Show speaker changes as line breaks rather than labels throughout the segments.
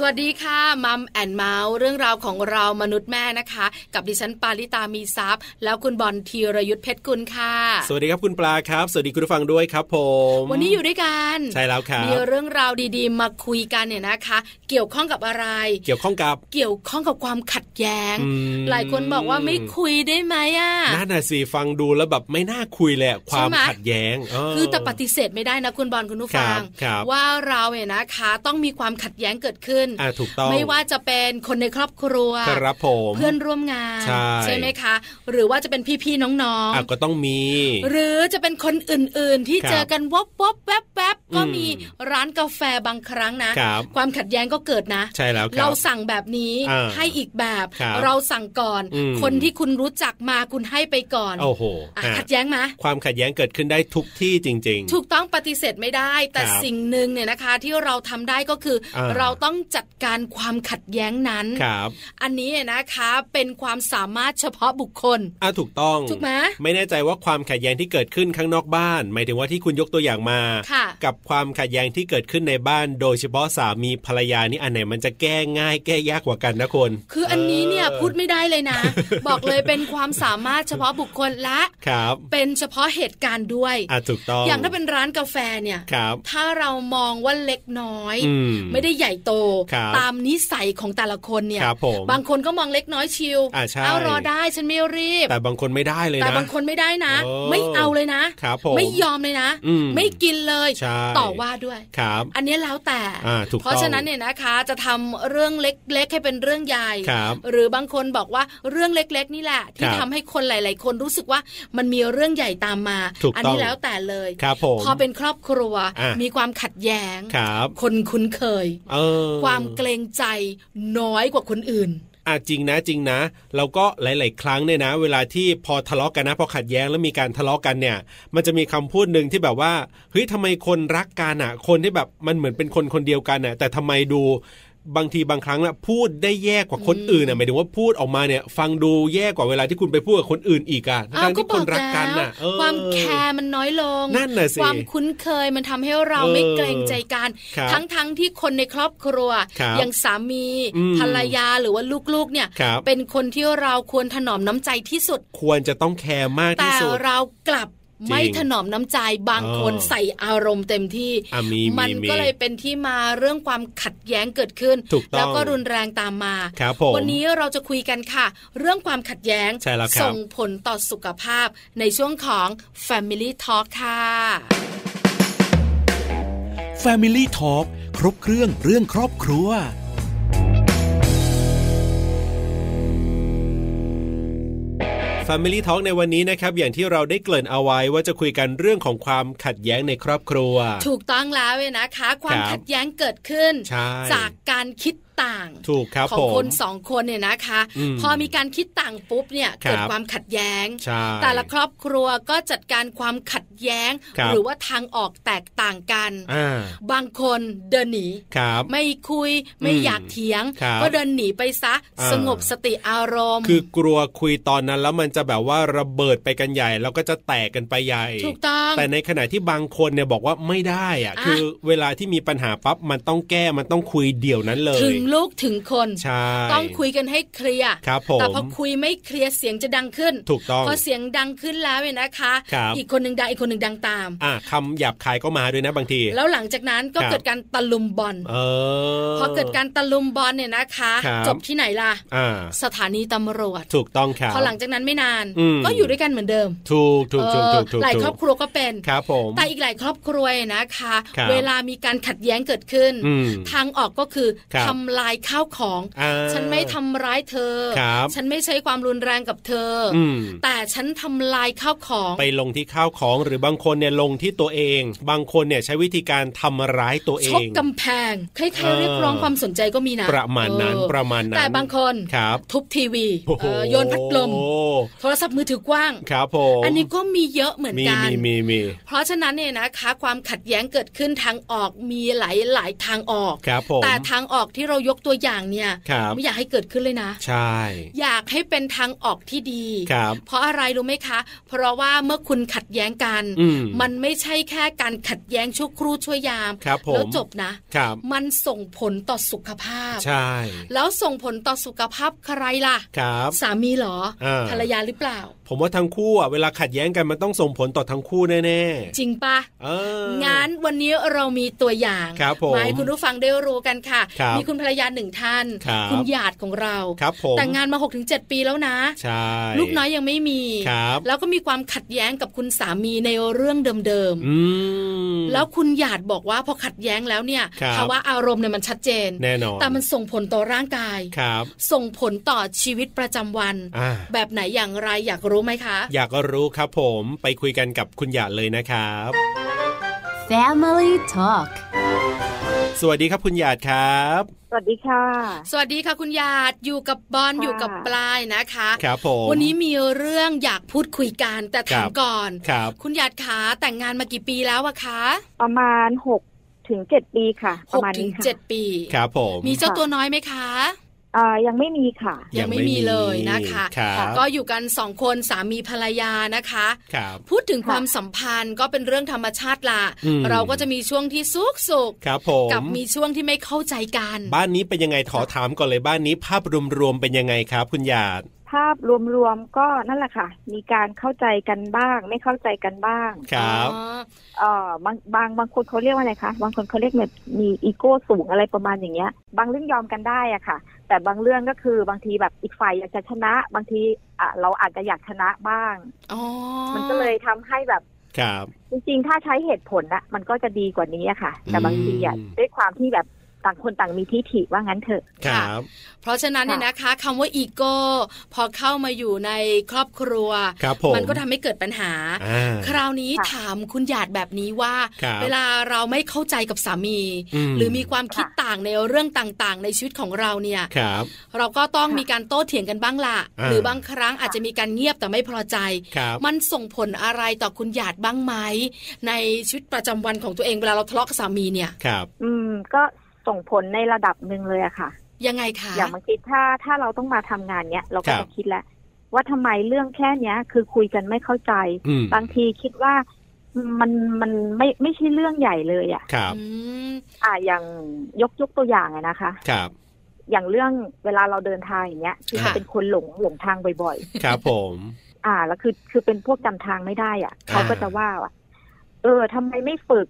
สวัสดีค่ะมัมแอนเมาส์เรื่องราวของเรามนุษย์แม่นะคะ กับดิฉันปาริตามีซัพ์แล้วคุณบอลธีรยุทธเพชรกุลค่ะ
สวัสดีครับคุณปลาครับ สวัสดีคุณผู้ฟังด้วยครับผม
วันนี้อยู่ด้วยกัน
ใช่แล้วครับ
มีเรื่องราวดีๆ มาคุยกันเนี่ยนะคะ เกี่ยวข้องกับอะไร
เกี่ยวข้องกับ
เกี่ยวข้องกับความขัดแย้ง
อืม
หลายคนบอกว่าไม่คุยได้ไหมอ่ะ
น่าหน่ะสิฟังดูแล้วแบบไม่น่าคุยแหละความ
ใช่ไหม
ขัดแย้งเ
คือแต่ปฏิเสธไม่ได้นะคุณบอลคุณผู้ฟัง
ครับครับ
ว่าเราเนี่ยนะคะ ต้องมีความขัดแย้งเกิดขึ้น
อ่ะถูกต้อง
ไม่ว่าจะเป็นคนในครอบครัว
ครับผม
เพื่อนร่วมงาน
ใช่
ไหมคะ หรือว่าจะเป็นพี่ๆน้อง
อ่ะก็ต้องมี
ๆ หรือจะเป็นคนอื่นๆ ที่
ครับ
เจอกันวบวบแวบแวบๆก็
อืม
มีร้านกาแฟบางครั้งนะ
ครับ
ความขัดแย้งก็เกิดนะ
ใช่แล้วครั
เรา
บ
สั่งแบบนี้
อ่า
ให้อีกแบบ
ครับ
เราสั่งก่อน
อืม
คนที่คุณรู้จักมาคุณให้ไปก่อน
โอ้โห
อ่ะ
อ่ะ
ขัดแย้งไหม
ความขัดแย้งเกิดขึ้นได้ทุกที่จริง ๆ
ถูกต้องปฏิเสธไม่ได้ แต่
ครับ
สิ่งหนึ่งเนี่ยนะคะ ที่เราทำได้ก็คือ
อ่า
เราต้องจัดการความขัดแย้งนั้น
ครับ
อันนี้เนี่ยนะคะเป็นความสามารถเฉพาะบุคคล
อ่ะถูกต้อง
ถูกไหม
ไม่แน่ใจว่าความขัดแย้งที่เกิดขึ้นข้างนอกบ้าน หมายถึงว่าที่คุณยกตัวอย่างมา
ค่ะ
กับความขัดแย้งที่เกิดขึ้นในบ้าน โดยเฉพาะสามีภรรยานี่อันไหนมันจะแก้ง่าย แก้ยากกว่ากันนะคน
คืออันนี้เนี่ย
ออ
พูดไม่ได้เลย นะ บอกเลยเป็นความสามารถเฉพาะบุคคลและ
ครับ
เป็นเฉพาะเหตุการณ์ด้วย
อ่ะถูกต้อง
อย่างถ้าเป็นร้านกาแฟเนี่ย
ครับ
ถ้าเรามองว่าเล็กน้อย
อืม
ไม่ได้ใหญ่โต
ครับ
ตามนิสัยของแต่ละคนเนี่ย
ครับผม
งคนก็มองเล็กน้อยชิว
อ่ะใช่
เอารอได้ฉันไม่รีบ
แต่บางคนไม่ได้เลยนะ
แต่บางคนไม่ได้นะ
โอ้
ไม่เอาเลยนะครับ
ผม
ไม่ยอมเลยนะ
อืม
ไม่กินเลย
ใช่
ต่อว่าด้วย
ครับ
อันนี้แล้วแต่
อ่าถูกต้อง
เพราะฉะนั้นเนี่ยนะคะจะทำเรื่องเล็กๆให้เป็นเรื่องใหญ่
ครับ
หรือบางคนบอกว่าเรื่องเล็กๆ นี่แหละ ที่
ครับ
ทำให้คนหลาย ๆ คนรู้สึกว่ามันมีเรื่องใหญ่ตามมา
ถูกต้อง
อันี้แล้วแต่เลย
ครับผม
พอเป็นครอบครัว
อ่ะ
มีความขัดแย้ง
ครับ
คนคุ้นเคย
เออ
ความเกรงใจน้อยกว่าคนอื่น
อ่ะจริงนะจริงนะแล้วก็หลาย ๆ ครั้งเนี่ยนะ เวลาที่พอทะเลาะกันนะพอขัดแย้งแล้วมีการทะเลาะกันเนี่ย มันจะมีคำพูดหนึ่งที่แบบว่าเฮ้ยทำไมคนรักกันอ่ะ คนที่แบบมันเหมือนเป็นคนคนเดียวกันอ่ะ แต่ทำไมดูบางทีบางครั้งน่ะพูดได้แย่กว่าคนอื่นอ่ะหมายถึงว่าพูดออกมาเนี่ย ฟังดูแย่กว่าเวลาที่คุณไปพูดกับคนอื่นอีกอ่ะ
อ้า
ทั้
ว
ง
ก็
ที่
บ
ค
อน ก
รัก
แล้
กัน
ว
อ่ะเออ
ความแคร์มันน้อยลง
นั่นน่ะสิ
ความคุ้นเคยมันทำให้เรา
เออ
ไม่เกรงใจกัน
ครับ
ทั้งทั้งที่คนในครอบครัว
ครับ
อย่างสามี
อืม
ภรรยาหรือว่าลูกๆ เนี่ย
ครับ
เป็นคนที่เราควรถนอมน้ำใจที่สุด
ควรจะต้องแคร์มาก
แต่
ที่สุด
เรากลับไม่ถนอมน้ำใจบาง
เออ
คนใส่อารมณ์เต็มที่
อ่ะมี
มั
มีมี
ก็เลยเป็นที่มาเรื่องความขัดแย้งเกิดขึ้น
ถูกต้อง
แล้วก็รุนแรงตามมา
ครับผม
วันนี้เราจะคุยกันค่ะ เรื่องความขัดแย้ง
ใช่แล้วครับ
ส่งผลต่อสุขภาพในช่วงของ Family Talk ค่ะ
Family Talk ครบเครื่องเรื่องครอบครัว
Family Talk ในวันนี้นะครับ อย่างที่เราได้เกริ่นเอาไว้ว่าจะคุยกันเรื่องของความขัดแย้งในครอบครัว
ถูกต้องแล้วเว้ยนะคะ ความ
ครับ
ขัดแย้งเกิดขึ้น
ใช่
จากการคิดต่าง
ถูกครับ
ของ
ผม
คนสองคนเนี่ยนะคะ
อืม
พอมีการคิดต่างปุ๊บเนี่ย
ครับ
เกิดความขัดแย้ง
ใช่
แต่ละครอบครัวก็จัดการความขัดแย้ง
ครับ
หรือว่าทางออกแตกต่างกัน
อ่า
บางคนเดินหนี
ครับ
ไม่คุยไม่
อืม
อยากเถียง
ครับ
ก็เดินหนีไปซะ
อ่า
สงบสติอารมณ์
คือกลัวคุยตอนนั้นแล้วมันจะแบบว่าระเบิดไปกันใหญ่แล้วก็จะแตกกันไปใหญ่
ถูกต้อง
แต่ในขณะที่บางคนเนี่ยบอกว่าไม่ได้อะ
อ่ะ
คือเวลาที่มีปัญหาปั๊บมันต้องแก้มันต้องคุยเดี่ยวนั้นเลย
ถึงลูกถึงคน
ใช่
ต้องคุยกันให้เคลียร์
ครับผม
แต่พอคุยไม่เคลียร์เสียงจะดังขึ้น
ถูกต้อง
พอเสียงดังขึ้นแล้วเนี่ยนะคะ
ครับ
อีกคนหนึ่งดังอีกคนหนึ่งดังตาม
อ่ะคำหยาบคายก็มาด้วยนะบางที
แล้วหลังจากนั้นก็
ครับ
เกิดการตะลุมบอล
เออ
พอเกิดการตะลุมบอลเนี่ยนะคะ
ครับ
จบที่ไหนล่ะ
อ่า
สถานีตำรวจ
ถูกต้องครับ
พอหลังจากนั้นไม่นาน
อืม
ก็อยู่ด้วยกันเหมือนเดิม
ถูกถูกถูกถูก
เอ
ถู
อก หลาย
ถูก
ครอบครัวก็เป็น
ครับผม
แต่อีกหลายครอบครัวนะคะ
ครับ
เวลามีการขัดแย้งเกิดขึ้น
อืม
ทางออกก็คือ
ครับ
ทำลายข้าวของ
อ่า
ฉันไม่ทำร้ายเธอ
ครับ
ฉันไม่ใช้ความรุนแรงกับเธออ
อืม
แต่ฉันทำลายข้าวของ
ไปลงที่ข้าวของหรือบางคนเนี่ยลงที่ตัวเอง บางคนเนี่ยใช้วิธีการทำร้ายตัวเอ
ชก
ง
กำแพงคล้า
เอย อ
ๆเรียกร้องความสนใจก็มีนะ
ประมาณนั้น
เออ
ประมาณนั้น
แต่บางคน
ครับ
ทุบทีวี
โอ้โห
เอ่อโยนพัดลม โทรศัพท์มือถือกว้าง
ครับผม
อันนี้ก็มีเยอะเหมือน
มี
กัน
มีมีมี
เพราะฉะนั้นเนี่ยนะคะ ความขัดแย้งเกิดขึ้นทางออกมีหลายหลายๆทางออก
ครับผม
แต่ทางออกที่เรา ยกตัวอย่างเนี่ย
ครับ
ไม่อยากให้เกิดขึ้นเลยนะ
ใช่
อยากให้เป็นทางออกที่ดี
ครับ
เพราะอะไรรู้ไหมคะ เพราะว่าเมื่อคุณขัดแย้งกัน
อืม
มันไม่ใช่แค่การขัดแย้งชั่วครู่ชั่วยาม
ครับผม
แล้วจบนะ
ครับ
มันส่งผลต่อสุขภาพ
ใช่
แล้วส่งผลต่อสุขภาพใครล่ะ
ครับ
สามีเหรอ
เออ
ภรรยาหรือเปล่า
ผมว่าทั้งคู่อ่ะเวลาขัดแย้งกันมันต้องส่งผลต่อทั้งคู่แน่
จริงปะ
ๆเออ
งานวันนี้เรามีตัวอย่าง
ครับผม
มาให้คุณผู้ฟังได้รู้กันค่ะ
ครับ
มีคุณภรรยาหนึ่งท่าน
ครับ
ณหยาดของเรา
ครับผม
แต่งงานมา 6-7 ปีแล้วนะ
ใช่
ลูกน้อยยังไม่มี
ครับ
แล้วก็มีความขัดแย้งกับคุณสามีในเรื่องเดิม
อืม
ๆ แล้วคุณหยาดบอกว่าพอขัดแย้งแล้วเนี่ย
ครับ
ภาวะอารมณ์เนี่ยมันชัดเจน
แน่นอน
แต่มันส่งผลต่อร่างกาย
ครับ
ส่งผลต่อชีวิตประจำวัน
อ่า
แบบไหนอย่างไรอยากรู้ไหมคะ
อยากก็รู้ครับผมไปคุยกันกับคุณหยาดเลยนะครับ
Family Talk
สวัสดีครับคุณหยาดครับ
สวัสดีค่ะ
สวัสดีค่ะคุณหยาดอยู่กับบอล
ค่ะ
อยู่กับปลายนะคะ
ครับผม
วันนี้มีเรื่องอยากพูดคุยกันแต่ถาม
ครับ
ก่อน
ครับ
คุณหยาดขาแต่งงานมากี่ปีแล้วอะคะ
ประมาณหกถึงเจ็ดปีค่ะ
ห
ประ
ก
มาณ
ถึ
นี้
ง
ค่ะ
เจ็ดปี
ครับผม
มีเจ้าตัวน้อยไหมคะ
อ่ายังไม่มีค่ะ
ยังไม่มีเลยนะคะ
ครับ
ก็อยู่กันสองคนสามีภรรยานะคะ
ครับ
พูดถึง
ค่ะ
ความสัมพันธ์ก็เป็นเรื่องธรรมชาติละ
อืม
เราก็จะมีช่วงที่สุขสุข
ครับผม
กับมีช่วงที่ไม่เข้าใจกัน
บ้านนี้เป็นยังไงขอถามก่อนเลยบ้านนี้ ภาพรวมๆเป็นยังไงครับ คุณหยาด
ภาพรวมๆก็นั่นแหละค่ะ มีการเข้าใจกันบ้าง ไม่เข้าใจกันบ้าง
ครับ
อ๋อ
เอ่อบางบางบางคนเขาเรียกว่าอะไรคะบางคนเขาเรียกแบบมีอีโก้สูงอะไรประมาณอย่างเงี้ย บางเรื่องยอมกันได้อะค่ะ แต่บางเรื่องก็คือบางทีแบบอีกฝ่ายอยากจะชนะ บางทีอ่ะเราอาจจะอยากชนะบ้าง
อ๋อ
มันก็เลยทำให้แบบ
ครับ
จริงๆ ถ้าใช้เหตุผลนะมันก็จะดีกว่านี้อะค่ะ แต่บางทีอะ
อืม
ด้วยความที่แบบต่างคนต่างมีทิฐิว่างั้นเถอะ
ครับ
เพราะฉะนั้นเนี่ยนะคะคำว่าอีโก้พอเข้ามาอยู่ในครอบครัว
ครับผม
มันก็ทำให้เกิดปัญหา
อ่า
คราวนี้
ค่ะ
ถามคุณหยาดแบบนี้ว่า
ครับ
เวลาเราไม่เข้าใจกับสามี
อืม
หรือมีความคิด
ค่ะ
ต่างในเรื่องต่างๆ ในชีวิตของเราเนี่ย
ครับ
เราก็ต้อง
ค่ะ
มีการโต้เถียงกันบ้างละ
อ่า
หรือบางครั้งอาจจะมีการเงียบแต่ไม่พอใจ
ครับ
มันส่งผลอะไรต่อคุณหยาดบ้างไหมในชีวิตประจำวันของตัวเองเวลาเราทะเลาะกับสามีเนี่ย
ครับ
อืม ก็ส่งผลในระดับหนึ่งเลยอะค่ะ
ยังไงคะ
อย่างบางทีถ้าถ้าเราต้องมาทำงานเนี้ยเรา
ค
ก็
รั
จะ
บ
คิดแล้ว ว่าทำไมเรื่องแค่เนี้ย คือคุยกันไม่เข้าใจ
อืม
บางทีคิดว่ามันมันไม่ไม่ใช่เรื่องใหญ่เลยอะ
ครับ
อืม
อ่ะอย่างยกยกตัวอย่างอะนะคะ
ครับ
อย่างเรื่องเวลาเราเดินทางอย่างเงี้ยคือมัน
ค่ะ
เป็นคนหลงหลงทางบ่อยๆ
ครับผม
อ่าแล้วคือคือเป็นพวกจำทางไม่ได้อ่ะ
อ่า
เขาก็จะว่าว่าเออทำไมไม่ฝึก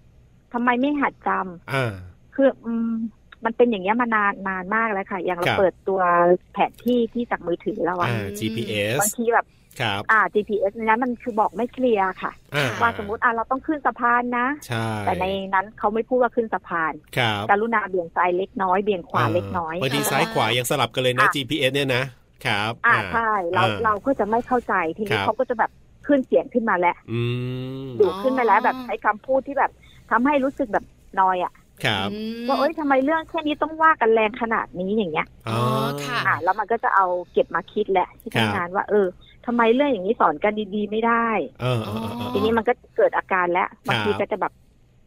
ทำไมไม่หัดจำ
อ่า
คืออืมมันเป็นอย่างเงี้ยมานานนานมากแล้วค่ะ อย่างเรา
ครับ
เปิดตัวแผนที่ที่จากมือถือเราอะ
อ่า GPS
บางทีแบบ
ครับ
อ่า GPS ในนั้นมันคือบอกไม่เคลียร์ค่ะ
อ่า
ว่าสมมติอ่าเราต้องขึ้นสะพานนะ
ใช่
แต่ในนั้นเขาไม่พูดว่าขึ้นสะพาน
ครับ
กรุณาเบี่ยงซ้ายเล็กน้อยเบี่ยงขวาเล็กน้อย
บางทีซ้ายขวายังสลับกันเลยนะ
อ่ะ
GPS เนี่ยนะครับ
อ่าใช่เรา
อ่า
เราก็จะไม่เข้าใจที
ครั
นี้
บ
เขาก็จะแบบขึ้นเสียงขึ้นมาแล้ว
อืม
ดุขึ้นไปแล้วแบบใช้คำพูดที่แบบทำให้รู้สึกแบบนอยอะ
ครับ
อืม
ว่าเอ้ยทำไมเรื่องแค่นี้ต้องว่ากันแรงขนาดนี้อย่างเงี้ย
อ๋อค่ะ
อ่ะแล้วมันก็จะเอาเก็บมาคิดแหละที่
ครับ
ทำงานว่า เออทำไมเรื่องอย่างนี้สอนกันดีๆ ไม่ได้
เออเออเออเออ
ทีนี้มันก็เกิดอาการแล้วบางที
ครั
ก็
บ
จะแบบ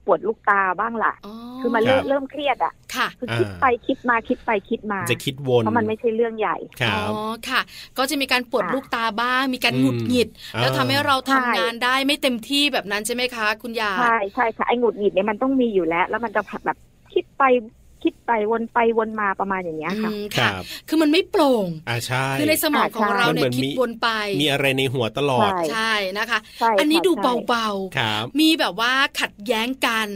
ปวดลูกตาบ้างล่ะ
อ๋อ
คือมันเริ่ม
ครับ
เริ่มเครียดอะ
ค่ะ
คืออา คิดไปคิดมาคิดไปคิดมา
จะคิดวน
เพราะมันไม่ใช่เรื่องใหญ่
ครับ
อ๋อค่ะ ก็จะมีการปวด
อ่า
ลูกตาบ้าง มีการ
อืม
หงุดหงิด
อ่า
แล้วทำให้เราทำงานได้ไม่เต็มที่แบบนั้นใช่ไหมคะ คุณหยาด
ใช่ใช่ค่ะไอ้หงุดหงิดเนี่ยมันต้องมีอยู่แล้ว แล้วมันจะแบบคิดไปคิดไปวนไปวนมาประมาณอย่างเงี้ยค่ะ
อืม
ค
ค่ะ
รับ
คือมันไม่โปร่ง
อ่าใช่
คือในสมองของเรา
มัน
เนี่
เหมื
ย
อน
คิด
มี
วนไป
มีอะไรในหัวตลอด
ใช่
ใช่นะคะ
ใช่
อันนี้
ค่ะ
ดู
ใช่
เบา
ครับ
ๆ มีแบบว่าขัดแย้งกัน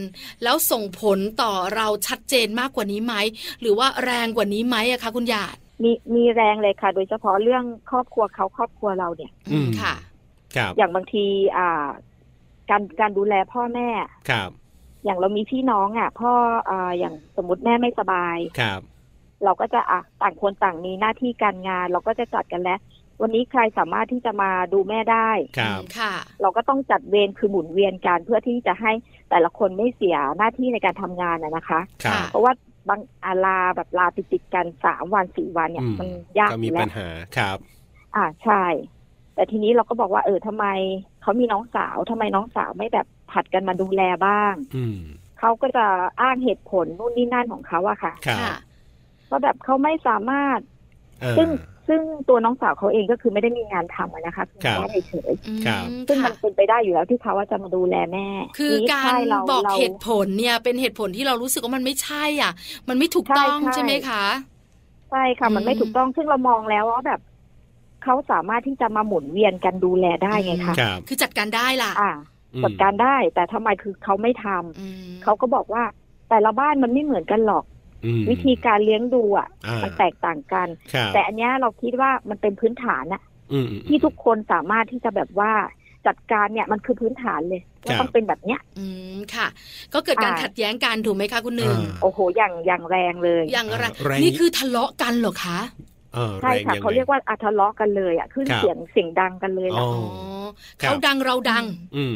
แล้วส่งผลต่อเราชัดเจนมากกว่านี้ไหม หรือว่าแรงกว่านี้ไหมอะคะคุณหยาด
มีมีแรงเลยค่ะ โดยเฉพาะเรื่องครอบครัวเขาครอบครัวเราเนี่ย
อืม
ค่ะ
ครับ
อย่างบางทีอ่า การการดูแลพ่อแม่
ครับ
อย่างเรามีพี่น้องอ่ะ พ่ออ่าอย่างสมมติแม่ไม่สบาย
ครับ
เราก็จะอ่ะต่างคนต่างมีหน้าที่การงาน เราก็จะจัดกันแล้ว วันนี้ใครสามารถที่จะมาดูแม่ได้
ครับ
ค่ะ
เราก็ต้องจัดเวรคือหมุนเวียนกันเพื่อที่จะให้แต่ละคนไม่เสียหน้าที่ในการทำงานนะนะคะ
ครับ
เพราะว่าบางอาลาแบบลาติดติดๆกันสามวันสี่วันเนี่ย
อืม
มันยาก
ก็
อ
มี
ยู่แล้
ปั
ว
ญหา ครับ
อ่าใช่ แต่ทีนี้เราก็บอกว่าเออทำไมเขามีน้องสาวทำไมน้องสาวไม่แบบผัดกันมาดูแลบ้าง
อืม
เขาก็จะอ้างเหตุผลนู่นนี่นั่นของเขาอะค่ะ
ครับ
ค่ะ
ว่าแบบเขาไม่สามารถ
อ่า
ซึ่งซึ่งตัวน้องสาวเขาเองก็คือไม่ได้มีงานทำอะนะคะคือ
ครับ
แค่เฉย
อืม
ครับ
ๆซึ่งมั
ค่ะ
นเป็นไปได้อยู่แล้วที่เขาว่าจะมาดูแลแม่
คือ
นี่
การ
ใช่เรา
บอก
รา
เหตุผลเนี่ยเป็นเหตุผลที่เรารู้สึกว่ามันไม่ใช่อ่ะ มันไม่ถูกต้อง
ใช่ใช่
ใช่ไหมคะ
ใช่ค่ะ มัน
อืม
ไม่ถูกต้องซึ่งเรามองแล้วว่าแบบเขาสามารถที่จะมาหมุนเวียนกันดูแลได้ไง
อื
คะ
ม
ครับ
คือจัดการได้ล่ะ
อ่า
อืม
จัดการได้ แต่ทำไมคือเขาไม่ทำ
อืม
เขาก็บอกว่าแต่ละบ้านมันไม่เหมือนกันหรอก
อืม
วิธีการเลี้ยงดูอ่ะ
อ่า
มันแตกต่างกัน
ครับ
แต่อันเนี้ยเราคิดว่ามันเป็นพื้นฐานอะ
อืมอืม
ที่ทุกคนสามารถที่จะแบบว่าจัดการเนี่ยมันคือพื้นฐานเลย
ค
ว่า
รับ
ต้องเป็นแบบเนี้ย
อืมค่ะ ก็เกิดการ
อ่า
ขัดแย้งกันถูกไหมคะคุณหนึ่ง
อ่า
โอ้โหอย่างอย่างแรงเลย
อย่างไร
อ่าแรง
นี่
ยิ่ง
คือทะเลาะกันเหรอคะ
อ่า
ใช่
แรง
ค่ะ
ยัง
เขา
ไง
เรียกว่าอะทะเลาะกันเลยอ่ะขึ้น
ครับ
เสียงเสียงดังกันเลย
อ๋
ล่ะ
อ ครับ
เขาดังเราดัง
อืม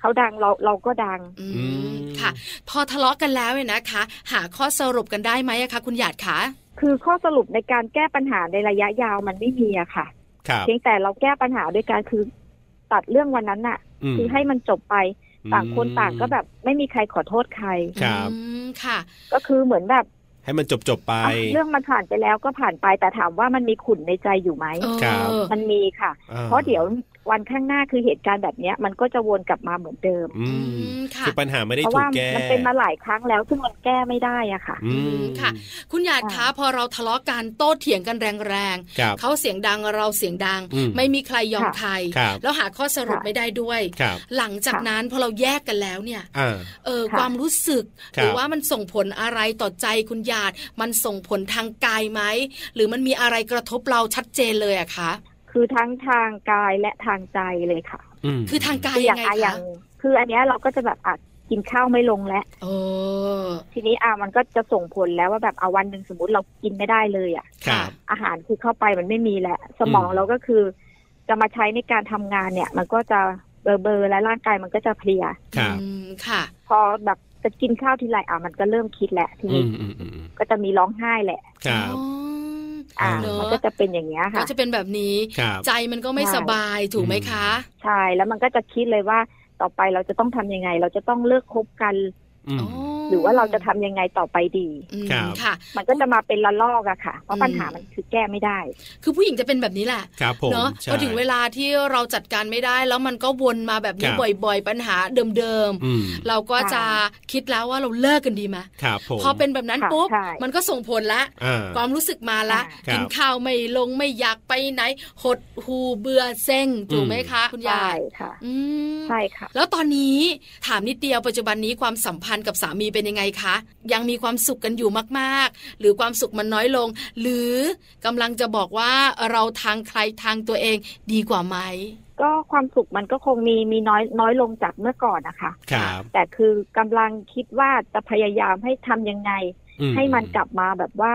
เขาดังเราเราก็ดัง
อื
อื
ม
ม
ค่ะ พอทะเลาะกันแล้วเนี่ยนะคะ หาข้อสรุปกันได้ไหมอะคะคุณหยาดคะ
คือข้อสรุปในการแก้ปัญหาในระยะยาวมันไม่มีอะค่ะ
ครับ
เพียงแต่เราแก้ปัญหาด้วยการคือตัดเรื่องวันนั้นน่ะ
ม
คือให้มันจบไปต่างคนต่างก็แบบไม่มีใครขอโทษใคร
ครับ
อืมค่ะ
ก็คือเหมือนแบบ
ให้มันจบจบๆไป
อ่ะเรื่องมันผ่านไปแล้วก็ผ่านไปแต่ถามว่ามันมีขุ่นในใจอยู่ไหม
เออ
ครับ
มันมีค่ะ
อ่
เพราะเดี๋ยววันข้างหน้าคือเหตุการณ์แบบเนี้ย มันก็จะวนกลับมาเหมือนเดิม
อื
อื
ม
มค่ะ
คือปัญหาไม่ได้
เพราะ
ถูก
ว่า
แก้
มันเป็นมาหลายครั้งแล้วซึ่งมันแก้ไม่ได้อะค่ะ
อืม
ค่ะ คุณหยาดคะพอเราทะเลาะกันโต้เถียงกันแรง
ครับ
ๆเขาเสียงดังเราเสียงดัง
อืม
ไม่มีใครยอมใคร
ครับ
แล้วหาข้อสรุป
ค่ะ
ไม่ได้ด้วย
ครับ
หลังจากนั้นพอเราแยกกันแล้วเนี่ย
อ่า
เออ
ค่ะ
ความรู้สึก
ครั
ห
บ
รือว่ามันส่งผลอะไรต่อใจคุณหยาด มันส่งผลทางกายไหม หรือมันมีอะไรกระทบเราชัดเจนเลยอะคะ
คือทั้งทางกายและทางใจเลยค่ะ
ม
คือทางกาย
คืออ
ยั
ย่าง ง
ไง
อะอย่า
คะ
งคืออันเนี้ยเราก็จะแบบอ่ะกินข้าวไม่ลงแล้ว
โอ้
ทีนี้อ่ะมันก็จะส่งผลแล้วว่าแบบเอาวันหนึ่งสมมติเรากินไม่ได้เลยอ่ะ
ครับ
อาหารคือเข้าไปมันไม่มีแหละ สมอง
อืม
เราก็คือ จะมาใช้ในการทำงานเนี่ย มันก็จะเบลอเบลอและร่างกายมันก็จะเพลีย
ครับ
อืมค่ะ
พอแบบจะกินข้าวทีไรอ่ะมันก็เริ่มคิดแหละที
อื
นี้
มอืมอืม
ก็จะมีร้องไห้แหละ
ครับ
อ๋อ
อ่ะ
เนอะ
มันก็จะเป็นอย่างเงี้ย
ก็
ค่ะ
จะเป็นแบบนี้
ครับ
ใจมันก็ไม่
ใช่
สบายถูกไหมคะ
ใช่แล้วมันก็จะคิดเลยว่าต่อไปเราจะต้องทำยังไง เราจะต้องเลิกคบกัน
อืม
หรือว่าเราจะทำยังไงต่อไปดี
อืม
ครับ
ค่ะ
มันก็จะมาเป็นละลอกอะค่ะ เพ
อื
ราะ
ม
ปัญหามันคือแก้ไม่ได้
คือผู้หญิงจะเป็นแบบนี้แหละ
ครับผม
เนาะ
ใช่
พอถึงเวลาที่เราจัดการไม่ได้ แล้วมันก็วนมาแบบนี้
ครับ
บ่อยๆ ปัญหาเดิม
อืม
ๆ เราก็จะคิดแล้วว่าเราเลิกกันดีไหม
ครับผม
พอเป็นแบบนั้น
ค่ะ
ปุ๊บ
ใช่
มันก็ส่งผลละ
อ่า
ความรู้สึกมาละ
ครับ
กินข้าวไม่ลงไม่อยากไปไหน หดหูเบื่อเซ็งถูกไหมคะ คุณยา
ใช่
ย
ค่ะ
อืม
ใช่ค่ะ
แล้วตอนนี้ถามนิดเดียวปัจจุบันนี้ความสัมพันธ์กับสามีเป็นยังไงคะ ยังมีความสุขกันอยู่มากๆ หรือความสุขมันน้อยลง หรือกำลังจะบอกว่าเราทางใครทางตัวเองดีกว่าไหม
ก็ความสุขมันก็คงมีมีน้อยน้อยลงจากเมื่อก่อนนะคะ
ครับ
แต่คือกำลังคิดว่าจะพยายามให้ทำยังไง
อื
ให้มันกลับมาแบบว่า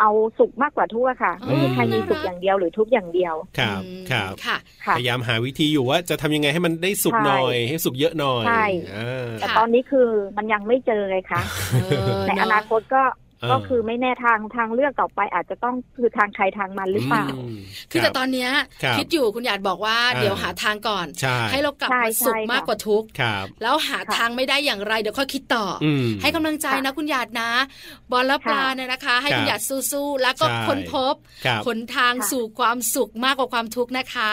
เอาสุขมากกว่าทุกข์อะค่ะ
อืม
ไม่มีใครมีสุขอย่างเดียวหรือทุกข์อย่างเดียว
ครับ
อืม
ครับ
ค่ะ
ค่ะ
พยายามหาวิธีอยู่ว่าจะทำยังไงให้มันได้สุก
ใช่
หน่อย ให้สุกเยอะหน่อย
ใช่
อ่า
แต่
ค่ะ
ตอนนี้คือมันยังไม่เจอเลยค่ะ
เออ
ใน
เะ
อนาคตก็
เ
ก็คือไม่แน่ทางทางเลือกต่อไปอาจจะต้องคือทางใครทางมันหรือเปล่า
ม
คือแต่ต
รั
อ
บ
นเนี้ย
ครับ
คิดอยู่คุณหยาดบอกว่า
อ่า
เดี๋ยวหาทางก่อน
ใช่
ให้เรากลับ
ใช่
มาสุข
ใช่ค่ะ
มากกว่าทุกข์
ครับ
แล้วหาทางไม่ได้อย่างไรเดี๋ยวค่อยคิดต่ออ
อืม
ให้กำลังใจนะ คุณหยาดนะ บอลและปลาเนี่ยนะคะ ให้
ครับ
คุณหยาดสู้ๆแล้วก็
ใช่
ค้นพบ
ครับ
หนทาง
ค่ะ
สู่ความสุขมากกว่าความทุกข์นะคะ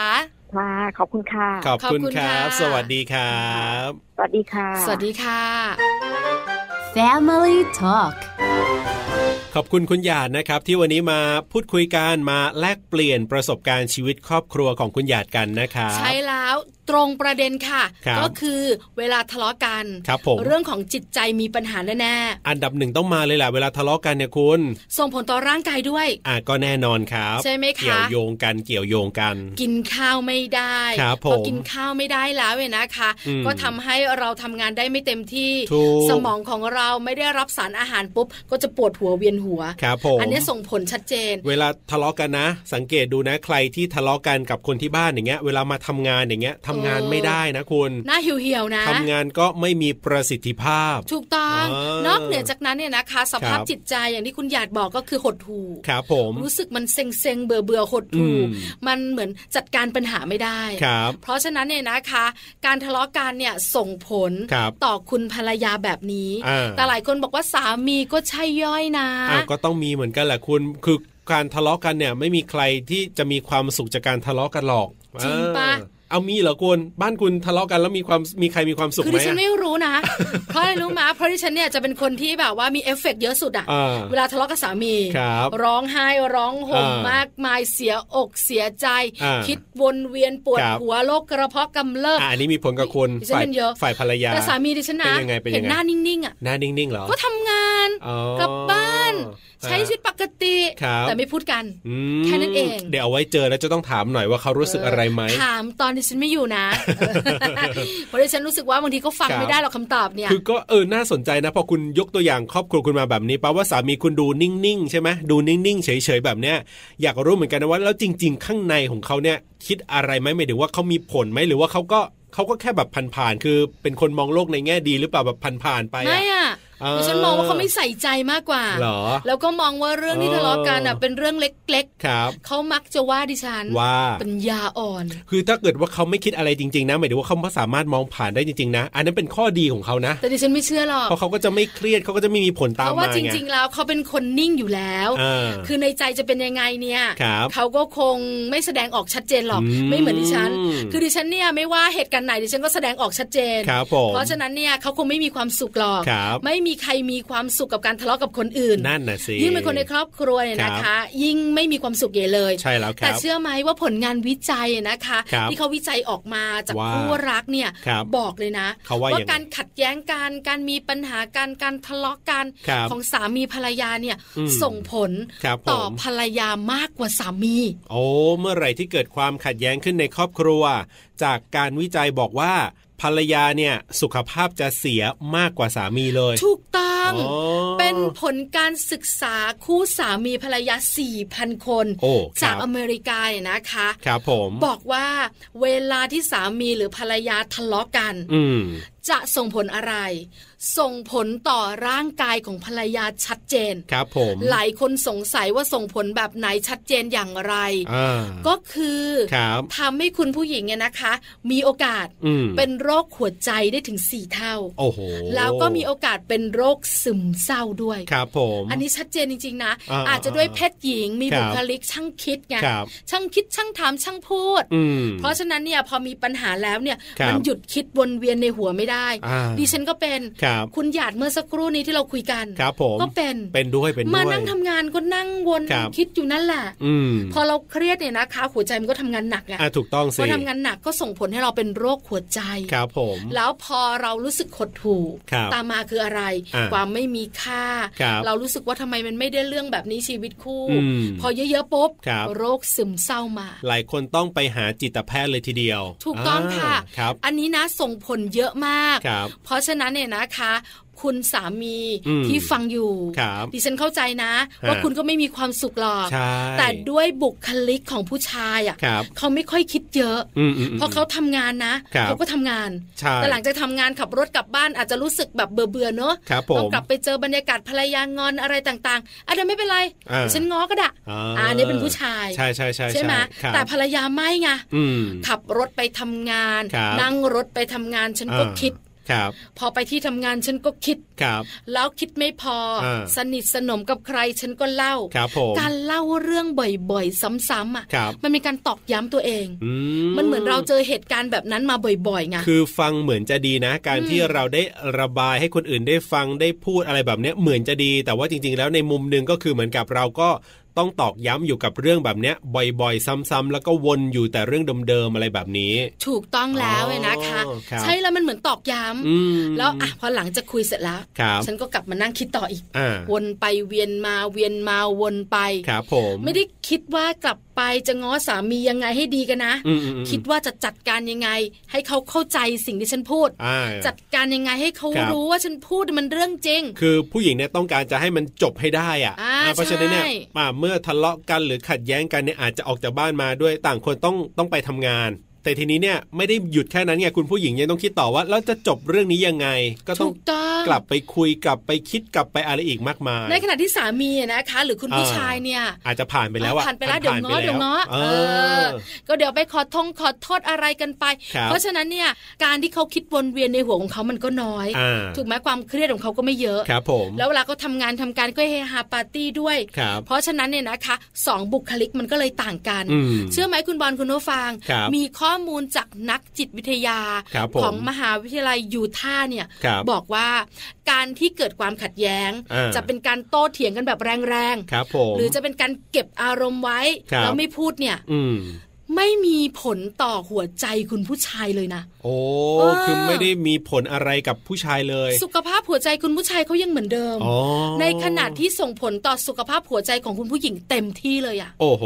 ค่ะขอบคุณค่ะ
ขอบ
ขอบคุ
คุณ ณครับ
ค่ะ
สวัสดีครับ
สวัสดีค่ะ
สวัสดีค่ะ
Family Talk
ขอบคุณคุณหยาดนะครับ ที่วันนี้มาพูดคุยกันมาแลกเปลี่ยนประสบการณ์ชีวิตครอบครัวของคุณหยาดกันนะครับ
ใช่แล้วตรงประเด็นค่ะ
ครับ
ก็คือเวลาทะเลาะกัน
ครับผม
เรื่องของจิตใจมีปัญหาแน่
อันดับหนึ่งต้องมาเลยแหละเวลาทะเลาะกันเนี่ยคุณ
ๆส่งผลต่อร่างกายด้วย
อ่ะก็แน่นอนครับ
ใช่ไหมคะ
เกี่ยวโยงกันเกี่ยวโยงกัน
กินข้าวไม่ได้
ครับ
พอ
ผม
กินข้าวไม่ได้แล้วเนี่ยนะคะ
อืม
ก็ทำให้เราทำงานได้ไม่เต็มที่
ถูก
สมองของเราไม่ได้รับสารอาหารปุ๊บ ก็จะปวดหัวเวียนหัว
ครับผม
อันเนี้ยส่งผลชัดเจน
เวลาทะเลาะกันนะ สังเกตดูนะใครที่ทะเลาะกันกับคนที่บ้านอย่างเงี้ย เวลามาทำงานอย่างเงี้ยทำ งานไม่ได้นะคุณ
หน้าเหี่ยวๆนะ
ทำงานก็ไม่มีประสิทธิภาพ
ถูกต้อง
เออน
อกเหนือจากนั้นเนี่ยนะคะ สภาพ
ครับ
จิตใจอย่างที่คุณหยาดบอกก็คือหดหู่
ครับผม
รู้สึกมันเซ็งเซ็งๆเบื่อเบื่อๆหด
อื
หู่
ม
มันเหมือนจัดการปัญหาไม่ได้
ครับ
เพราะฉะนั้นเนี่ยนะคะ การทะเลาะกันเนี่ยส่งผล
ครับ
ต่อคุณภรรยาแบบนี้
อ่า
แต่หลายคนบอกว่าสามีก็ใช่ย่อยนะ
อ้าวก็ต้องมีเหมือนกันแหละคุณ คือการทะเลาะกันเนี่ยไม่มีใครที่จะมีความสุขจากการทะเลาะกันหรอก
จริงปะ
เออเอามีเหรอคุณบ้านคุณทะเลาะกันแล้วมีความมีใครมีความสุข
คือ
ไหม
ดิฉัน
อะ
ไม่รู้นะ เพราะอะไรรู้มาเพราะดิฉันเนี่ยจะเป็นคนที่แบบว่ามีเอฟเฟกต์เยอะสุดอะ
อ่า
เวลาทะเลาะกับสามี
ครับ
ร้องไห้ร้องห่ม
อ่าม
มากมายเสียอกเสียใจ
อ่า
คิดวนเวียนปวด
ครับ
หัวโรคกระเพาะกำเริบ
อ่ะอันนี้มีผลกับคน
ดิฉัน
ฝ่าย
เป็นเยอะ
ฝ่ายภรรยา
แต่สามีดิฉันนะ
เป็นยังไงเป็นยังไง
นหน้านิ่งๆอะ
หน้านิ่งๆเหรอ
ก็ทำงาน
อ๋อก
ลับบ้าน ใช้
อ่ะ
ชีวิตปกติ
ครับ
แต่ไม่พูดกัน
อืม
แค่นั้นเอง
เดี๋ยวเอาไว้เจอแล้วจะต้องถามหน่อยว่าเขารู้สึกอะไรไหม
ถามตอนที่ฉันไม่อยู่นะเพราะดิฉันรู้สึกว่าบางทีก็ฟัง
ครับ
ไม่ได้หรอกคำตอบเนี่ย
คือก็เออน่าสนใจนะพอคุณยกตัวอย่างครอบครัวคุณมาแบบนี้แปลว่าสามีคุณดูนิ่งๆใช่ไหมดูนิ่งๆเฉยๆแบบเนี้ยอยากรู้เหมือนกันนะว่าแล้วจริง ๆ ข้างในของเขาเนี่ยคิดอะไรไหมหมายถึงว่าเขามีผลไหมหรือว่าเขาก็เขาก็แค่แบบผ่านๆคือเป็นคนมองโลกในแง่ดีหรือเปล่าแบบผ่านๆไปอะ
ไม่อ่ะ
เออ
ดิฉันมองว่าเขาไม่ใส่ใจมากกว่า
เหรอ
แล้วก็มองว่าเรื่องที่
เออ
ทะเลาะกันอ่ะเป็นเรื่องเล็ก
ครับ
ๆ เขามักจะว่าดิฉัน
ว่า
ปัญญาอ่อน
คือถ้าเกิดว่าเขาไม่คิดอะไรจริงๆนะหมายถึงว่าเขาสามารถมองผ่านได้จริงๆนะ อันนั้นเป็นข้อดีของเขานะ
แต่ดิฉันไม่เชื่อหรอก
เพราะเขาก็จะไม่เครียดเขาก็จะไม่มีผลตา
เพ
ม
ราะ
มา
ว่าจ
ไง
ริง ๆ แล้วเขาเป็นคนนิ่งอยู่แล้ว
อ่า
คือในใจจะเป็นยังไงเนี่ย
ครับ
เขาก็คงไม่แสดงออกชัดเจนหรอก
อืม
ไม่เหมือนดิฉัน คือดิฉันเนี่ยไม่ว่าเหตุการณ์ไหนดิฉันก็แสดงออกชัดเจน
ครับผม
เพราะฉะนั้นเนี่ยเขาคงไม่มีความสุขหรอก
ครับ
ไม่มีใครมีความสุขกับการทะเลาะกับคนอื่น
นั่นน่ะสิ
ยิ่งเป็นคนในครอบครัวเนี่ยนะ
ค
คะ
รับ
ยิ่งไม่มีความสุขเยเลย
ใช่แล้วค
แต่
รับ
เชื่อไหมว่าผลงานวิจัยนะคะ
ครับ
ที่เขาวิจัยออกมาจาก
ว่า
คู่รักเนี่ย
ครับ
อกเลยนะ
เขาว่ายังไง
การขัดแย้งกันการมีปัญหาการการทะเลาะกัน
ครับ
ของสามีภรรยาเนี่ย
อืม
ส่งผล
ครับผม
ต่อภรรยามากกว่าสามี
โอ้เมื่อไหร่ที่เกิดความขัดแย้งขึ้นในครอบครัว จากการวิจัยบอกว่าภรรยาเนี่ยสุขภาพจะเสียมากกว่าสามีเลย
ถูกต้อง
อ๋อ
เป็นผลการศึกษาคู่สามีภรรยา 4,000 คน
โอ้ครั
จา
บ
กอเมริกาเนี่ยนะคะ
ครับผม
บอกว่าเวลาที่สามีหรือภรรยาทะเลาะกัน
อืม
จะส่งผลอะไร ส่งผลต่อร่างกายของภรรยาชัดเจน
ครับผม
หลายคนสงสัยว่าส่งผลแบบไหนชัดเจนอย่างไร
อ่า
ก็คือ
ครับ
ทำให้คุณผู้หญิงเนี่ยนะคะ มีโอกาส
อืม
เป็นโรคหัวใจได้ถึง 4 เท่า
โอ้โห
แล้วก็มีโอกาสเป็นโรคซึมเศร้าด้วย
ครับผม
อันนี้ชัดเจนจริง ๆ นะ
อ่า
อาจจะด้วยเพศหญิงมี
ครับ
บุคลิกช่างคิดไง
ครับ
ช่างคิดช่างถามช่างพูด
อืม
เพราะฉะนั้นเนี่ยพอมีปัญหาแล้วเนี่ย
ครับ
มันหยุดคิดวนเวียนในหัวไม่ได้
อ่า
ดิฉันก็เป็น
ครับ
คุณหยาดเมื่อสักครู่นี้ที่เราคุยกัน
ครับผม
ก็เป็น
เป็นด้วยเป็นด้วย
มานั่งทำงานก็นั่งวน
ครับ
คิดอยู่นั่นแหละ
อืม
พอเราเครียดเนี่ยนะคะ หัวใจมันก็ทำงานหนักไง
อ่ะถูกต้อง
พ
สิ
อทำงานหนักก็ส่งผลให้เราเป็นโรคหัวใจ
ครับผม
แล้วพอเรารู้สึกหดหู่
ครับ
ตามมาคืออะไร
อ่า
ความไม่มีค่า
ครับ
เรารู้สึกว่าทำไมมันไม่ได้เรื่องแบบนี้ชีวิตคู่
อืม
พอเยอะๆปุ๊บ
ครับ
โรคซึมเศร้ามา
หลายคนต้องไปหาจิตแพทย์เลยทีเดียว
ถูกต้องค่ะ
าครับ
อันนี้นะส่งผลเยอะมาก
ครับ
เพราะฉะนั้นเนี่ยนะคะ คุณสามี
อืม
ที่ฟังอยู่
ครับ
ดิฉันเข้าใจนะ
ฮะ
ว่าคุณก็ไม่มีความสุขหรอก
ใช่
แต่ด้วยบุคลิกของผู้ชายอ่ะ
ครับ
เขาไม่ค่อยคิดเยอะ
อืมอืมม
เพราะเขาทำงานนะ
ครับ
เขาก็ทำงาน
ใช่
แต่หลังจากทำงานขับรถกลับบ้านอาจจะรู้สึกแบบเบื่อเบื่อๆเนอะ
ครับผม
ต้องกลับไปเจอบรรยากาศภรรยางอนอะไรต่างๆอาจจะเดี๋ยวไม่เป็นไร
อ่า
ดิฉันง้อก็ได้
อ่า
อ่าอันนี้เป็นผู้ชาย
ใช่ใช่ใช่
ไหม
ครับ
แต่ภรรยาไม่ไง
อืม
ขับรถไปทำงาน
ครับ
นั่งรถไปทำงานฉันก็
อ่า
คิด
ครับ
พอไปที่ทำงานฉันก็คิด
ครับ
แล้วคิดไม่พอ
อ่า
สนิทสนมกับใครฉันก็เล่า
ครับผม
การเล่าเรื่องบ่อยๆ ซ้ำๆอ่ะ
ครับ
มันมีการตอกย้ำตัวเอง
อื
มันเหมือนเราเจอเหตุการณ์แบบนั้นมาบ่อยๆไง
คือฟังเหมือนจะดีนะ การ
อืม
ที่เราได้ระบายให้คนอื่นได้ฟังได้พูดอะไรแบบเนี้ยเหมือนจะดี แต่ว่าจริง ๆ แล้วในมุมหนึ่งก็คือเหมือนกับเราก็ต้องตอกย้ำอยู่กับเรื่องแบบเนี้ยบ่อยๆ ซ้ำๆแล้วก็วนอยู่แต่เรื่องเดิมๆอะไรแบบนี้
ถูกต้องแล้วเนี่ยนะคะ
อ๋อครับ
ใช่แล้วมันเหมือนตอกย้
อืม
ำแล้วอ่ะพอหลังจะคุยเสร็จแล้ว
ครับ
ฉันก็กลับมานั่งคิดต่ออีก
อ่า
วนไปเวียนมาเวียนมาวนไป
ครับผม
ไม่ได้คิดว่ากลับไปจะง้อสามียังไงให้ดีกันนะ
อืมอืมอืม
คิดว่าจะจัดการยังไง ให้เขาเข้าใจสิ่งที่ฉันพูด
อ่า
จัดการยังไงให้เขา
ครับ
รู้ว่าฉันพูดมันเรื่องจริง
คือผู้หญิงเนี่ยต้องการจะให้มันจบให้ได้อะ
อ่า
อ่าเพราะฉะนั้นเนี่ย
ใช่
อ่าเมื่อทะเลาะกันหรือขัดแย้งกันเนี่ยอาจจะออกจากบ้านมาด้วยต่างคนต้องต้องไปทำงาน แต่ทีนี้เนี่ยไม่ได้หยุดแค่นั้นไงคุณผู้หญิงยังต้องคิดต่อว่าแล้วจะจบเรื่องนี้ยังไง ก็ต้อ
ถู
ง
กต้อง
กลับไปคุยกลับไปคิดกลับไปอะไรอีกมากมาย
ในขณะที่สามีอะนะคะ หรือคุณผู้
อ่า
ชายเนี่ย
อาจจะผ่านไปแล้วอะ
ผ่านไปแล้วเดี๋ยวง้อ
ผ่ไป
เดี๋ยวง้อ
เออ
เออ ก็เดี๋ยวไปขอทงขอโทษอะไรกันไป
ครับ
เพราะฉะนั้นเนี่ยการที่เขาคิดวนเวียนในหัวของเขามันก็น้อย
อ่า
ถูกไหมความเครียดของเขาก็ไม่เยอะ
ครับผม
แล้วเวลาเขาทำงานทำการก็เฮฮาปาร์ตี้ด้วย
ครับ
เพราะฉะนั้นเนี่ยนะคะสองบุคลิกมันก็เลยต่างกัน
อืม
เชื่อไหมคุณบอลคุณโนฟัง
ครับ
มีข้อมูลจากนักจิตวิทยา
ครับผม
ของมหาวิทยาลัยยูทาห์เนี่ย
ครับ
อกว่าการที่เกิดความขัดแย้ง
อ่า
จะเป็นการโต้เถียงกันแบบแรงๆ
ครับผม
หรือจะเป็นการเก็บอารมณ์ไว้
ครับ
แล้วไม่พูดเนี่ย
อืม
ไม่มีผลต่อหัวใจคุณผู้ชายเลยนะ
โอ้
เออ
คือไม่ได้มีผลอะไรกับผู้ชายเลย
สุขภาพหัวใจคุณผู้ชายเขายังเหมือนเดิม
อ๋อ
ในขณะที่ส่งผลต่อสุขภาพหัวใจของคุณผู้หญิงเต็มที่เลยอะ
โอ้โห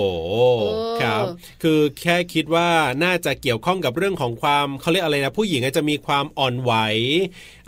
เออ
ครับ คือแค่คิดว่าน่าจะเกี่ยวข้องกับเรื่องของความเขาเรียกอะไรนะผู้หญิงอาจจะมีความอ่อนไหว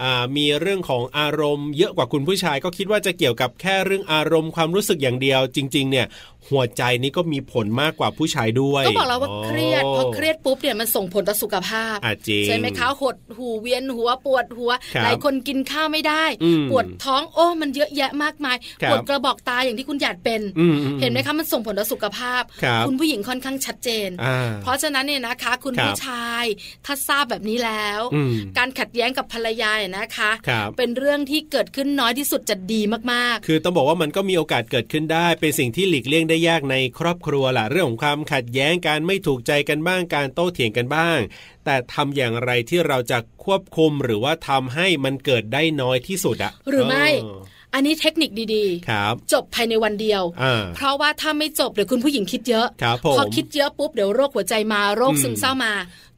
อ่ามีเรื่องของอารมณ์เยอะกว่าคุณผู้ชาย ก็คิดว่าจะเกี่ยวกับแค่เรื่องอารมณ์ความรู้สึกอย่างเดียว จริง ๆ เนี่ย หัวใจนี่ก็มีผลมากกว่าผู้ชายด้วย
ก็บอกแล้วว่าเครียดพอเครีย
ด
ดปุ๊บเนี่ยมันส่งผลต่อสุขภาพ
อ่ะจริง
ใช่ไหมคะหดหูเวียนหัวปวดหัว
ครับ
หลายคนกินข้าวไม่ได้
อืม
ปวดท้องโอ้มันเยอะแยะมากมาย
ครับ
ปวดกระบอกตาอย่างที่คุณหยาดเป็น
อืมอื
เห็นไหมคะมันส่งผลต่อสุขภาพ
ครับ
ณผู้หญิงค่อนข้างชัดเจน
อ่า
เพราะฉะนั้นเนี่ยนะคะ คุณ
ครับ
ผู้ชายถ้าทราบแบบนี้แล้ว
อืม
การขัดแย้งกับภรรยาเนี่ยนะคะ
ครับ
เป็นเรื่องที่เกิดขึ้นน้อยที่สุดจะดีมาก
คือต้องบอกว่ามันก็มีโอกาสเกิดขึ้นได้ เป็นสิ่งที่หลีกเลี่ยงได้ยากในครอบครัวล่ะเรื่องของความขัดแย้งการไม่ถูกใจกันบ้างการโต้เถียงกันบ้าง แต่ทำอย่างไรที่เราจะควบคุมหรือว่าทำให้มันเกิดได้น้อยที่สุดอะ
หรือไม่
เออ
ๆ อันนี้เทคนิคดี
ครับ
ๆ จบภายในวันเดียว
อ่า
เพราะว่าถ้าไม่จบเดี๋ยวคุณผู้หญิงคิดเยอะ
ครับผม
พอคิดเยอะปุ๊บเดี๋ยวโรคหัวใจมาโรค
อืม
ซึมเศร้ามา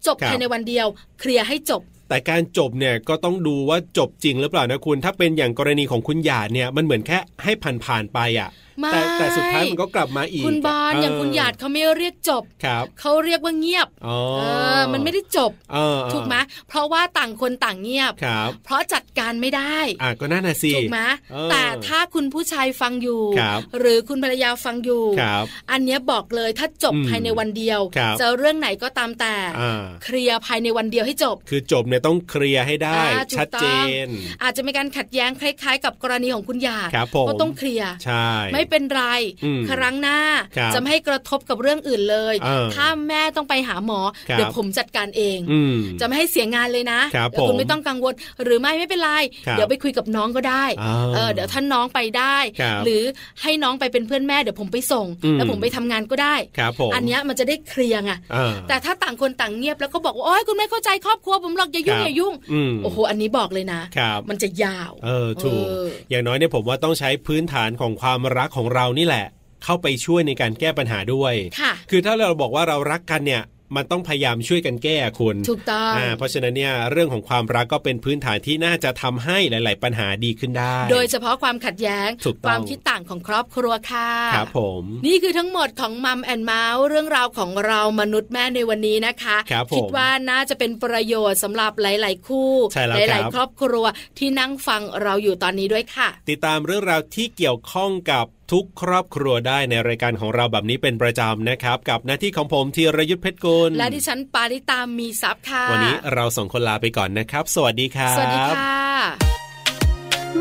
จบ
ครับ
ภายในวันเดียว เคลียร์ให้จบ
แต่การจบเนี่ยก็ต้องดูว่าจบจริงหรือเปล่านะคุณ ถ้าเป็นอย่างกรณีของคุณหยาดเนี่ยมันเหมือนแค่ให้ผ่านๆไปอะ
ไม่
แต่แต่สุดท้ายมันก็กลับมาอีก
คุณบอลอย่างคุณหยาด
เอ
เขาไม่เรียกจบ
อครับ
เขาเรียกว่าเงียบ
อ๋อ
เออมันไม่ได้จบ
เออ
ถูกไหมเพราะว่าต่างคนต่างเงียบ
ครับ
เพราะจัดการไม่ได้
อ่ะก็น่าน่ะสิ
ถูกไหม
เออ
แต่ถ้าคุณผู้ชายฟังอยู่
ครับ
หรือคุณภรรยาฟังอยู่
ครับ
อันเนี้ยบอกเลยถ้าจบ
อืม
ภายในวันเดียว
ครับ
จะเรื่องไหนก็ตามแต่
อ่า
เคลียร์ภายในวันเดียวให้จบ
คือจบเนี่ยต้องเคลียร์ให้ได้
อ่าถูกต้อง
ชัดเจน
อาจจะมีการขัดแย้งคล้าย ๆ กับกรณีของคุณหยาด
ครับผม
ก็ต้องเคลียร์
ใช่
ไม่เป็นไร
อืม
ครั้งหน้า
ครับ
จะไม่ให้กระทบกับเรื่องอื่นเลย
เออ
ถ้าแม่ต้องไปหาหมอ
ครับ
เดี๋ยวผมจัดการเอง
อืม
จะไม่ให้เสียงานเลยนะครับ แล้วคุณ
ผม
ไม่ต้องกังวล หรือไม่ไม่เป็นไร
ครับ
เดี๋ยวไปคุยกับน้องก็ได้
อ่า
เออเดี๋ยวท่านน้องไปได้
ครับ
หรือให้น้องไปเป็นเพื่อนแม่เดี๋ยวผมไปส่ง
อืม
แล้วผมไปทำงานก็ได้
ครับผม
อันเนี้ยมันจะได้เคลียร์ไง
อ่า
แต่ถ้าต่างคนต่างเงียบแล้วก็บอกว่าโอ๊ยคุณไม่เข้าใจครอบครัวผมหรอกอย่ายุ่ง
ครับ
อย่ายุ่ง
อืม
โอ้โหอันนี้บอกเลยนะ
ครับ
มันจะยาว
เออถูก
เออ
อ
อ
ย่างน้อยเนี่ยผมว่าต้องใช้พื้นฐานของความรักของเรานี่แหละ เข้าไปช่วยในการแก้ปัญหาด้วย
ค่ะ
คือถ้าเราบอกว่าเรารักกันเนี่ย มันต้องพยายามช่วยกันแก้คุณ
ถูกต้อง
อ่า เพราะฉะนั้นเนี่ยเรื่องของความรักก็เป็นพื้นฐานที่น่าจะทำให้หลาย ๆ ปัญหาดีขึ้นได้
โดยเฉพาะความขัดแย้ง
ถูกต้อง
ความคิดต่างของครอบครัวค่ะ
ครับผม
นี่คือทั้งหมดของมัมแอนเมาส์เรื่องราวของเรามนุษย์แม่ในวันนี้นะคะ
ครับผม
ดว่าน่าจะเป็นประโยชน์สำหรับหลาย ๆ คู่
ใช่แล้ว
ห
ครั
ลาย
บ
ๆ ครอบครัวที่นั่งฟังเราอยู่ตอนนี้ด้วยค่ะ
ติดตามเรื่องราวที่เกี่ยวข้องกับทุกครอบครัวได้ในรายการของเราแบบนี้เป็นประจำนะครับ กับหน้าที่ของผมธีรยุทธเพชรกุล
และดิฉันปาริตามีซับค่ะ
วันนี้เราสองคนลาไปก่อนนะครับ สวัสดีครับ
สวัสดีค่ะ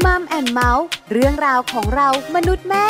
มัมแอนเมาส์เรื่องราวของเรามนุษย์แม่